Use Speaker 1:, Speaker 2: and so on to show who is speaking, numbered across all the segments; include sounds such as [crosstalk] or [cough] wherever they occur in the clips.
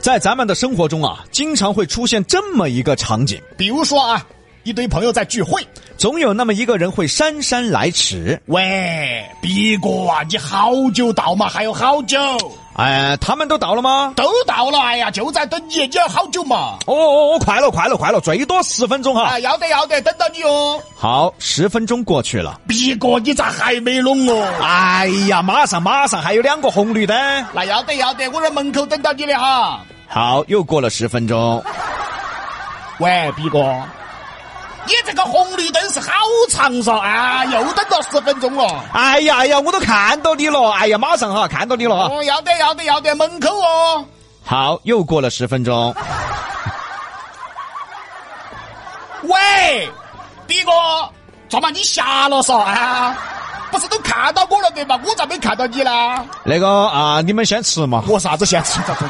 Speaker 1: 在咱们的生活中啊，经常会出现这么一个场景，
Speaker 2: 比如说啊，一堆朋友在聚会，
Speaker 1: 总有那么一个人会姗姗来迟。
Speaker 2: 喂，逼哥啊，你好久到嘛？还有好久？
Speaker 1: 哎，他们都到了吗？
Speaker 2: 都到了，哎呀，就在等你，你要好久嘛？
Speaker 1: 哦哦哦，快了快了快了，最多十分钟哈。
Speaker 2: 啊，要得要得，等到你哦。
Speaker 1: 好，十分钟过去了。
Speaker 2: 逼哥，你咋还没弄哦？
Speaker 1: 哎呀，马上马上还有两个红绿灯。
Speaker 2: 那要得要得，我在门口等到你的哈。
Speaker 1: 好，又过了十分钟。
Speaker 2: 喂，逼哥，你这个红绿灯是好长嗦啊，又等到十分钟了。
Speaker 1: 哎呀哎呀，我都看到你了。哎呀，马上哈，看到你了啊。
Speaker 2: 哦，要得要得要得，门口哦。
Speaker 1: 好，又过了十分钟。
Speaker 2: 喂，逼哥，干嘛你瞎了嗦啊？不是都看到我了对吧？我咋没看到你呢？
Speaker 1: 那个啊，你们先吃嘛。
Speaker 2: 我啥子先吃？怎么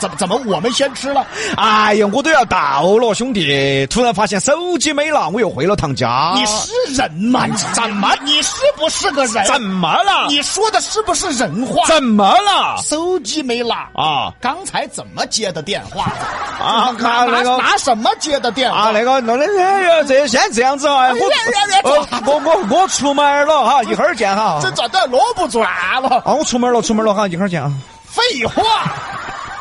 Speaker 2: 怎么怎么我们先吃了？
Speaker 1: 哎呀，我都要到了，兄弟！突然发现手机没了，我又回了趟家。
Speaker 2: 你是人吗？你啊怎么？你是不是个人？
Speaker 1: 怎么了？
Speaker 2: 你说的是不是人话？
Speaker 1: 怎么了？
Speaker 2: 手机没拿
Speaker 1: 啊
Speaker 2: 刚才怎么接的电话？
Speaker 1: 啊
Speaker 2: 拿拿
Speaker 1: 那个
Speaker 2: 拿什么接的电话？
Speaker 1: 啊，那个，那那哎呀，这先这样子
Speaker 2: 哎
Speaker 1: 啊，我
Speaker 2: 我
Speaker 1: 呃我我我出门了哈，一会儿见哈。
Speaker 2: 哎这咋的萝卜转了？
Speaker 1: 啊，我出门了，出门了哈，一会儿见啊。
Speaker 2: 废话，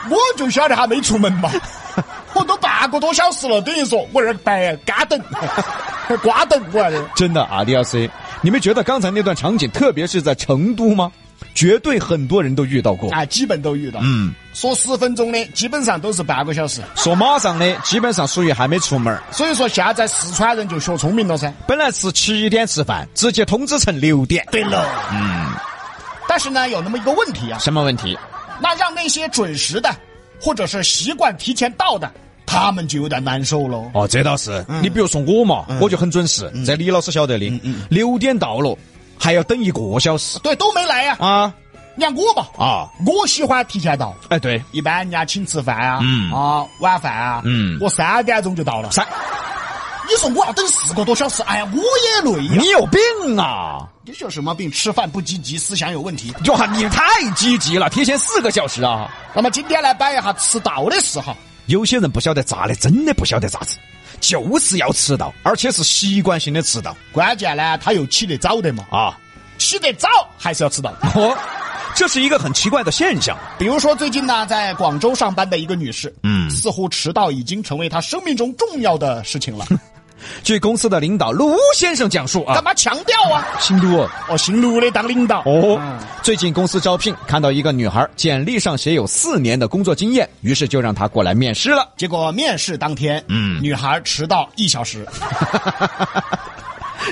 Speaker 2: 我就晓得还没出门嘛，
Speaker 1: [laughs]
Speaker 2: 我都半个多小时了，等于说我这白干
Speaker 1: [laughs]
Speaker 2: 等，瓜等我这。
Speaker 1: 真的啊，D L C，你们觉得刚才那段场景，特别是在成都吗？绝对很多人都遇到过。
Speaker 2: 啊，基本都遇到。
Speaker 1: 嗯，
Speaker 2: 说十分钟的，基本上都是半个小时。
Speaker 1: 说马上的，基本上属于还没出门儿。
Speaker 2: 所以说，现在四川人就学聪明了噻。
Speaker 1: 本来是七点吃饭，直接通知成六点。
Speaker 2: 对喽。嗯。但是呢，有那么一个问题啊，
Speaker 1: 什么问题？
Speaker 2: 那让那些准时的，或者是习惯提前到的，他们就有点难受喽。
Speaker 1: 哦，这倒是。你比如说我嘛，我就很准时。这李老师晓得的，六点到了，还要等一个小时
Speaker 2: 对，都没来呀、
Speaker 1: 啊
Speaker 2: 你看我嘛，
Speaker 1: 啊！
Speaker 2: 我喜欢提前到，
Speaker 1: 哎，对，
Speaker 2: 一般人家请吃饭啊，
Speaker 1: 嗯
Speaker 2: 啊晚饭啊，
Speaker 1: 嗯
Speaker 2: 我三点钟就到了。
Speaker 1: 三，
Speaker 2: 你说我要等四个多小时，哎呀，我也累呀。
Speaker 1: 你有病啊！
Speaker 2: 你有什么病？吃饭不积极，思想有问题。
Speaker 1: 哟哈，你太积极了，提前四个小时啊！
Speaker 2: 那么今天来摆一下迟到的事哈。
Speaker 1: 有些人不晓得咋的，真的不晓得咋子，就是要迟到，而且是习惯性的迟到
Speaker 2: 关键呢，他又起得早的嘛，
Speaker 1: 啊！
Speaker 2: 起得早还是要迟到。
Speaker 1: 哦，这是一个很奇怪的现象。
Speaker 2: 比如说，最近呢，在广州上班的一个女士，
Speaker 1: 嗯
Speaker 2: 似乎迟到已经成为她生命中重要的
Speaker 1: [laughs]
Speaker 2: 事情了。
Speaker 1: 据公司的领导卢先生讲述
Speaker 2: 干
Speaker 1: 啊，
Speaker 2: 嘛强调啊？
Speaker 1: 新都哦。
Speaker 2: 哦，姓卢的当领导，
Speaker 1: 哦
Speaker 2: 嗯，
Speaker 1: 最近公司招聘看到一个女孩，简历上写有四年的工作经验，于是就让她过来面试了。
Speaker 2: 结果面试当天，
Speaker 1: 嗯
Speaker 2: 女孩迟到一小时。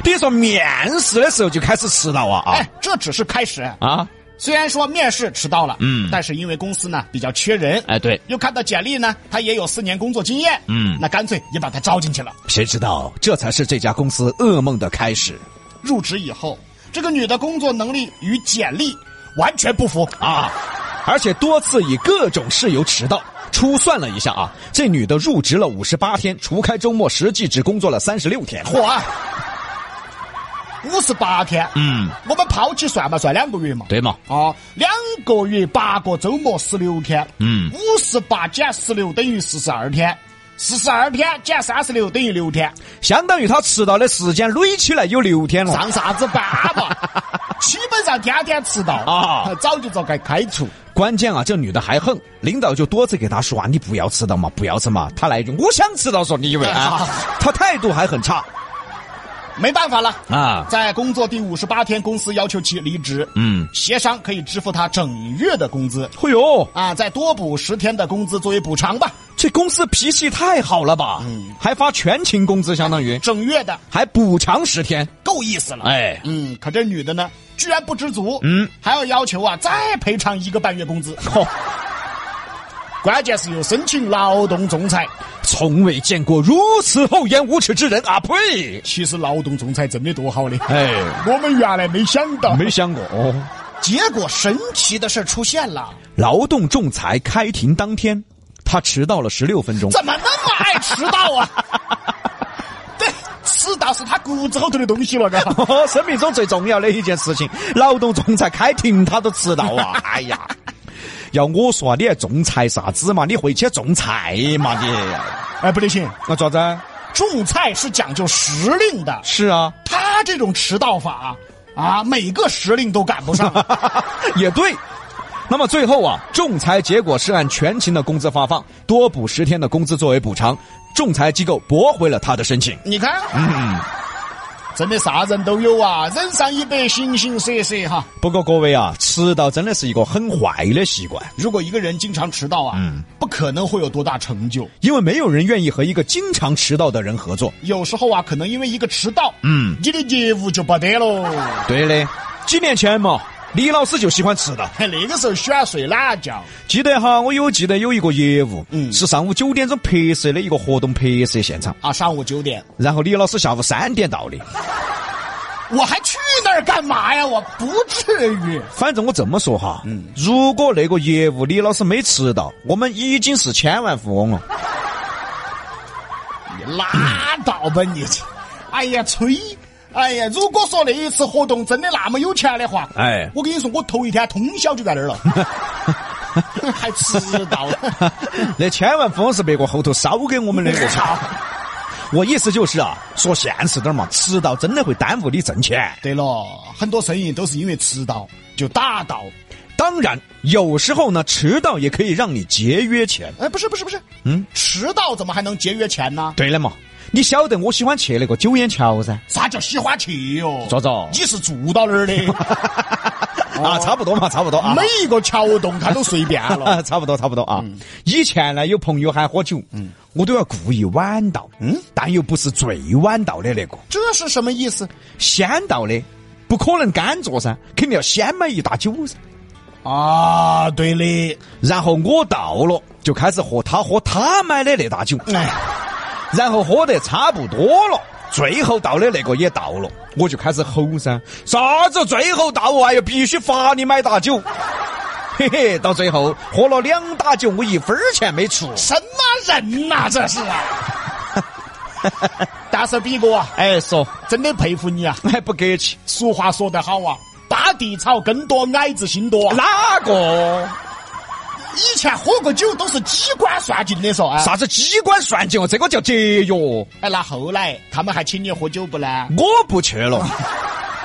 Speaker 1: 等于说面试的时候就开始迟到啊
Speaker 2: 哎，这只是开始。
Speaker 1: 啊啊！
Speaker 2: 虽然说面试迟到了，
Speaker 1: 嗯
Speaker 2: 但是因为公司呢比较缺人，
Speaker 1: 哎，对，
Speaker 2: 又看到简历呢，她也有四年工作经验，
Speaker 1: 嗯
Speaker 2: 那干脆也把她招进去了。
Speaker 1: 谁知道这才是这家公司噩梦的开始
Speaker 2: 入职以后，这个女的工作能力与简历完全不符。
Speaker 1: 啊！而且多次以各种事由迟到。初算了一下啊，这女的入职了五十八天，除开周末，实际只工作了三十六天。
Speaker 2: 嚯，五十八天，
Speaker 1: 嗯，
Speaker 2: 我们抛弃算嘛，算两个月嘛。
Speaker 1: 对嘛？
Speaker 2: 哦，两个月八个周末十六天，
Speaker 1: 嗯
Speaker 2: 五十八减十六等于四十二天，四十二天减三十六等于六天，
Speaker 1: 相当于她迟到的时间累起来有六天了。
Speaker 2: 上啥子班
Speaker 1: [laughs]
Speaker 2: 嘛？基本上天天迟到
Speaker 1: 啊
Speaker 2: 早就遭该开除。
Speaker 1: 关键啊，这女的还横，领导就多次给她说啊，你不要迟到嘛，不要迟嘛。她来一句，我想迟到说，你以为 [laughs] 啊？她态度还很差
Speaker 2: 没办法了，
Speaker 1: 啊。
Speaker 2: 在工作第五十八天，公司要求其离职，
Speaker 1: 嗯，
Speaker 2: 协商可以支付他整月的工资。
Speaker 1: 哎呦，
Speaker 2: 啊，再多补十天的工资作为补偿吧，
Speaker 1: 这公司脾气太好了吧？还发全勤工资，相当于
Speaker 2: 整月的
Speaker 1: 还补偿十天。
Speaker 2: 够意思了。
Speaker 1: 哎，
Speaker 2: 嗯，可这女的呢，居然不知足，
Speaker 1: 嗯，哦
Speaker 2: 还要要求啊再赔偿一个半月工资。
Speaker 1: 嚯、
Speaker 2: 关键是又申请劳动仲裁，
Speaker 1: 从未见过如此厚颜无耻之人啊！呸！
Speaker 2: 其实劳动仲裁真的多好的，
Speaker 1: 哎，
Speaker 2: 我们原来没想到。
Speaker 1: 没想过哦。
Speaker 2: 结果神奇的事出现了，
Speaker 1: 劳动仲裁开庭当天，她迟到了十六分钟。
Speaker 2: 怎么那么爱迟到 [laughs] 啊？对，迟到是他骨子后头的东西了，嘎。
Speaker 1: 哦， [laughs] 生命中最重要的一件事情，劳动仲裁开庭他都迟到啊！哎呀，要我说啊，你还仲裁啥子嘛？你回去种菜嘛你？
Speaker 2: [laughs] 哎，不得行，
Speaker 1: 那咋子？
Speaker 2: 种菜是讲究时令的，
Speaker 1: 是啊，
Speaker 2: 他这种迟到法啊，每个时令都赶不上。
Speaker 1: 也对。那么最后啊，仲裁结果是按全勤的工资发放，多补十天的工资作为补偿，仲裁机构驳回了他的申请。
Speaker 2: [laughs] 你看，嗯真的啥人都有啊，人上一百，形形色色哈。
Speaker 1: 不过各位啊，迟到真的是一个很坏的习惯，
Speaker 2: 如果一个人经常迟到啊，不可能会有多大成就。
Speaker 1: 因为没有人愿意和一个经常迟到的人合作。
Speaker 2: 有时候啊，可能因为一个迟到，嗯，你的业务就不得喽。
Speaker 1: 对的，几年前嘛，李老师就喜欢迟到。
Speaker 2: 嘿那个时候喜欢睡懒觉，
Speaker 1: 记得哈，我有记得有一个业务，嗯，是上午九点钟拍摄的一个活动拍摄现场，
Speaker 2: 啊，上午九点，
Speaker 1: 然后李老师下午三点 [laughs] 到的。
Speaker 2: 我还去那儿干嘛呀？我不至于。
Speaker 1: 反正我这么说哈，嗯，如果那个业务李老师没迟到，我们已经是千万富翁了。
Speaker 2: 拉倒吧你！哎呀，吹！哎呀，如果说那一次活动真的那么有钱的话，
Speaker 1: 哎
Speaker 2: 我跟你说，我头一天通宵就在那儿了，还迟到了。
Speaker 1: [laughs] 那千万富翁是别个后头捎给我们的。我 [laughs] 操！我意思就是啊，说现实点嘛，迟到真的会耽误你挣钱。
Speaker 2: 对了，很多生意都是因为迟到就打倒。
Speaker 1: 当然，有时候呢，迟到也可以让你节约钱。
Speaker 2: 哎，不是不是不是，嗯，迟到怎么还能节约钱呢？
Speaker 1: 对了嘛，你晓得我喜欢去那个九眼桥噻。
Speaker 2: 啥叫喜欢去哟？
Speaker 1: 咋子
Speaker 2: 你是住到哪儿的？
Speaker 1: 啊，差不多嘛，差不多啊。
Speaker 2: 每一个桥洞他都随便了。 [laughs]
Speaker 1: 啊，差不多，差不多啊。以前呢，有朋友喊喝酒，我都要故意晚到，但又不是最晚到的那个，
Speaker 2: 这是什么意思？
Speaker 1: 先到的，不可能干坐噻，肯定要先买一打酒噻。
Speaker 2: 啊，对的，
Speaker 1: 然后我到了，就开始喝他喝他买的那打酒，
Speaker 2: 哎。
Speaker 1: 然后喝得差不多了。最后到的那个也到了，我就开始吼噻，啥子最后到啊？又必须罚你买打酒， [laughs] 嘿嘿，到最后喝了两打酒，我一分儿钱没出。
Speaker 2: 什么人呐、这是 [laughs] 啊！但是比哥啊，
Speaker 1: 哎，说
Speaker 2: 真的佩服你啊！
Speaker 1: 还哎不客气，
Speaker 2: 俗话说得好啊，拔地草根多，矮子心多啊。
Speaker 1: [laughs] 哪个？
Speaker 2: 啊以前喝过酒都是机关算尽的说啊，
Speaker 1: 啥子机关算尽哦？这个叫节约。我
Speaker 2: 哎，那后来他们还请你喝酒不呢？
Speaker 1: 不去了。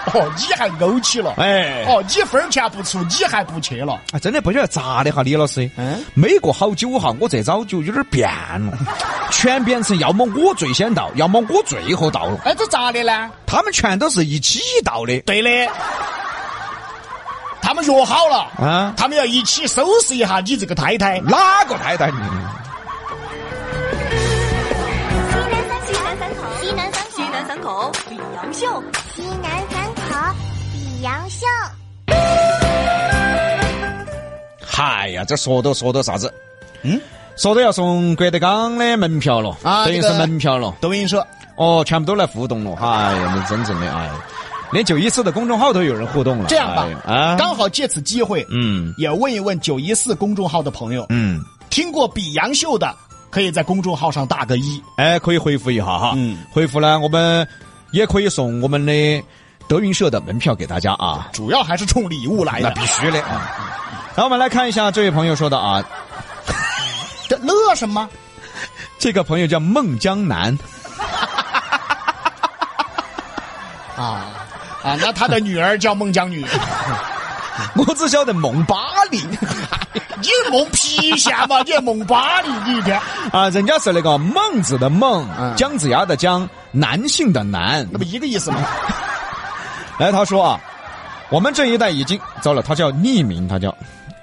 Speaker 2: 哦，你还怄起了，
Speaker 1: 哎
Speaker 2: 哦，你分儿钱不出，你还不去了？
Speaker 1: 啊，真的不晓得咋的哈，李老师。
Speaker 2: 嗯
Speaker 1: 没过好久哈，我这招就有点变了，全变成要么我最先到，要么我最后到了。
Speaker 2: 哎，这咋的呢？
Speaker 1: 他们全都是一起到的。
Speaker 2: 对的，他们约好了
Speaker 1: 啊
Speaker 2: 他们要一起收拾一下你这个太太。
Speaker 1: 哪个太太？
Speaker 3: 西南三西南三口，西南三西南三口，李阳秀，
Speaker 4: 西南三口比杨秀，
Speaker 1: 嗨呀，这说都说到啥子？嗯，说都要送郭德纲的门票了，
Speaker 2: 啊
Speaker 1: 等于
Speaker 2: 这
Speaker 1: 是
Speaker 2: 个
Speaker 1: 门票了。
Speaker 2: 抖音说，
Speaker 1: 哦，全部都来互动了， [laughs] 哎呀，那真正的哎，连九一四的公众号都有人互动了。
Speaker 2: 这样吧，
Speaker 1: 哎呀啊，
Speaker 2: 刚好借此机会，
Speaker 1: 嗯
Speaker 2: 也问一问九一四公众号的朋友，
Speaker 1: 嗯，
Speaker 2: 听过比杨秀的，可以在公众号上打个一。
Speaker 1: 哎，可以回复一下哈，
Speaker 2: 嗯
Speaker 1: 回复呢，我们也可以送我们的德云社的门票给大家啊，
Speaker 2: 主要还是冲礼物来
Speaker 1: 那
Speaker 2: 的
Speaker 1: 必，须的啊。然后我们来看一下这位朋友说的啊，
Speaker 2: 这乐什么？
Speaker 1: 这个朋友叫孟江南，
Speaker 2: 啊啊！那他的女儿叫孟姜女，
Speaker 1: 我只晓得孟 [laughs] 巴力
Speaker 2: [laughs] 你蒙皮线嘛？
Speaker 1: [laughs]
Speaker 2: 你蒙巴黎，你一天
Speaker 1: 啊，人家是那个孟子的孟，
Speaker 2: 嗯
Speaker 1: 姜子牙的姜，男性的男
Speaker 2: 那，不一个意思吗？
Speaker 1: 来，他说啊，我们这一代已经糟了，他叫匿名，他叫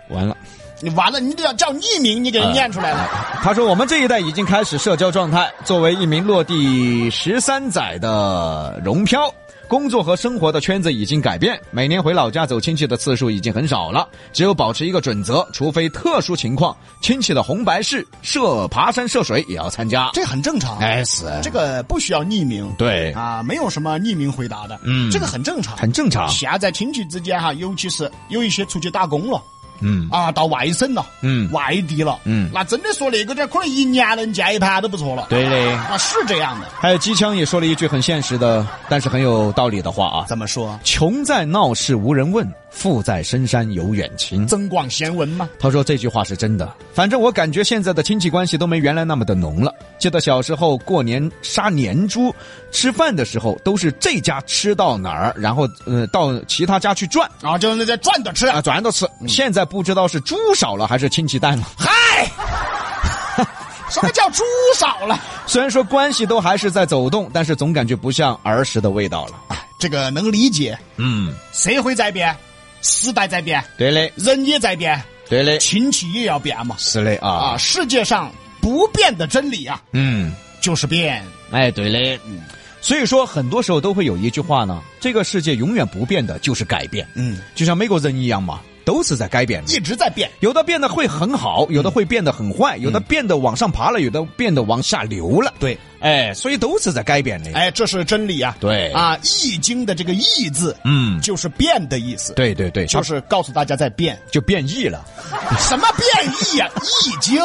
Speaker 1: 完了。
Speaker 2: 你完了，你得要叫匿名，你给
Speaker 1: 啊
Speaker 2: 人念出来了。
Speaker 1: 他说我们这一代已经开始社交状态。作为一名落地十三载的荣漂，工作和生活的圈子已经改变，每年回老家走亲戚的次数已经很少了。只有保持一个准则，除非特殊情况，亲戚的红白事、涉爬山涉水也要参加。
Speaker 2: 这很正常，啊
Speaker 1: 哎，是
Speaker 2: 这个不需要匿名，
Speaker 1: 对
Speaker 2: 啊，没有什么匿名回答的，
Speaker 1: 嗯
Speaker 2: 这个很正常，
Speaker 1: 很正常
Speaker 2: 现在亲戚之间哈，尤其是有一些出去打工了。
Speaker 1: 嗯
Speaker 2: 啊，到外省了，
Speaker 1: 嗯
Speaker 2: 外地了，
Speaker 1: 嗯
Speaker 2: 那真的说那个点，可能一年能见一盘都不错了。，
Speaker 1: 对嘞。
Speaker 2: 啊，是这样的。
Speaker 1: 还有机枪也说了一句很现实的，但是很有道理的话啊。
Speaker 2: 怎么说？
Speaker 1: 穷在闹市无人问，富在深山有远亲。
Speaker 2: 增广贤文嘛。
Speaker 1: 他说这句话是真的，反正我感觉现在的亲戚关系都没原来那么的浓了。记得小时候过年杀年猪，吃饭的时候都是这家吃到哪儿，然后呃到其他家去转
Speaker 2: 啊，就是那在转
Speaker 1: [laughs]
Speaker 2: 着吃。
Speaker 1: 啊，转着吃。现在不知道是猪少了还是亲戚淡了。 [laughs]
Speaker 2: 嗨， [laughs] 什么叫猪少了？
Speaker 1: 虽然说关系都还是在走动，但是总感觉不像儿时的味道了。
Speaker 2: 这个能理解。
Speaker 1: 嗯，
Speaker 2: 社会在变，时代在变，
Speaker 1: 对嘞，
Speaker 2: 人也在变，
Speaker 1: 对嘞，
Speaker 2: 亲戚也要变嘛。
Speaker 1: 是嘞啊
Speaker 2: 啊，，世界上不变的真理啊，
Speaker 1: 嗯，
Speaker 2: 就是变。
Speaker 1: 哎，对嘞，所以说很多时候都会有一句话呢，这个世界永远不变的就是改变。
Speaker 2: 嗯，
Speaker 1: 就像美国人一样嘛，都是在改变的。
Speaker 2: 一直在变。
Speaker 1: 有的变得会很好，
Speaker 2: 嗯
Speaker 1: 有的会变得很坏，有的变得往上爬了，有的变得往下流了。
Speaker 2: 对，
Speaker 1: 哎，所以都是在改变的。
Speaker 2: 哎，这是真理啊。
Speaker 1: 对
Speaker 2: 啊，《易经》的这个“易”字，
Speaker 1: 嗯，
Speaker 2: 就是变的意思。，
Speaker 1: 对对对，
Speaker 2: 就
Speaker 1: 就是 [laughs]
Speaker 2: 告诉大家在变。
Speaker 1: 就变异了。
Speaker 2: 啊什么变异呀、易经》。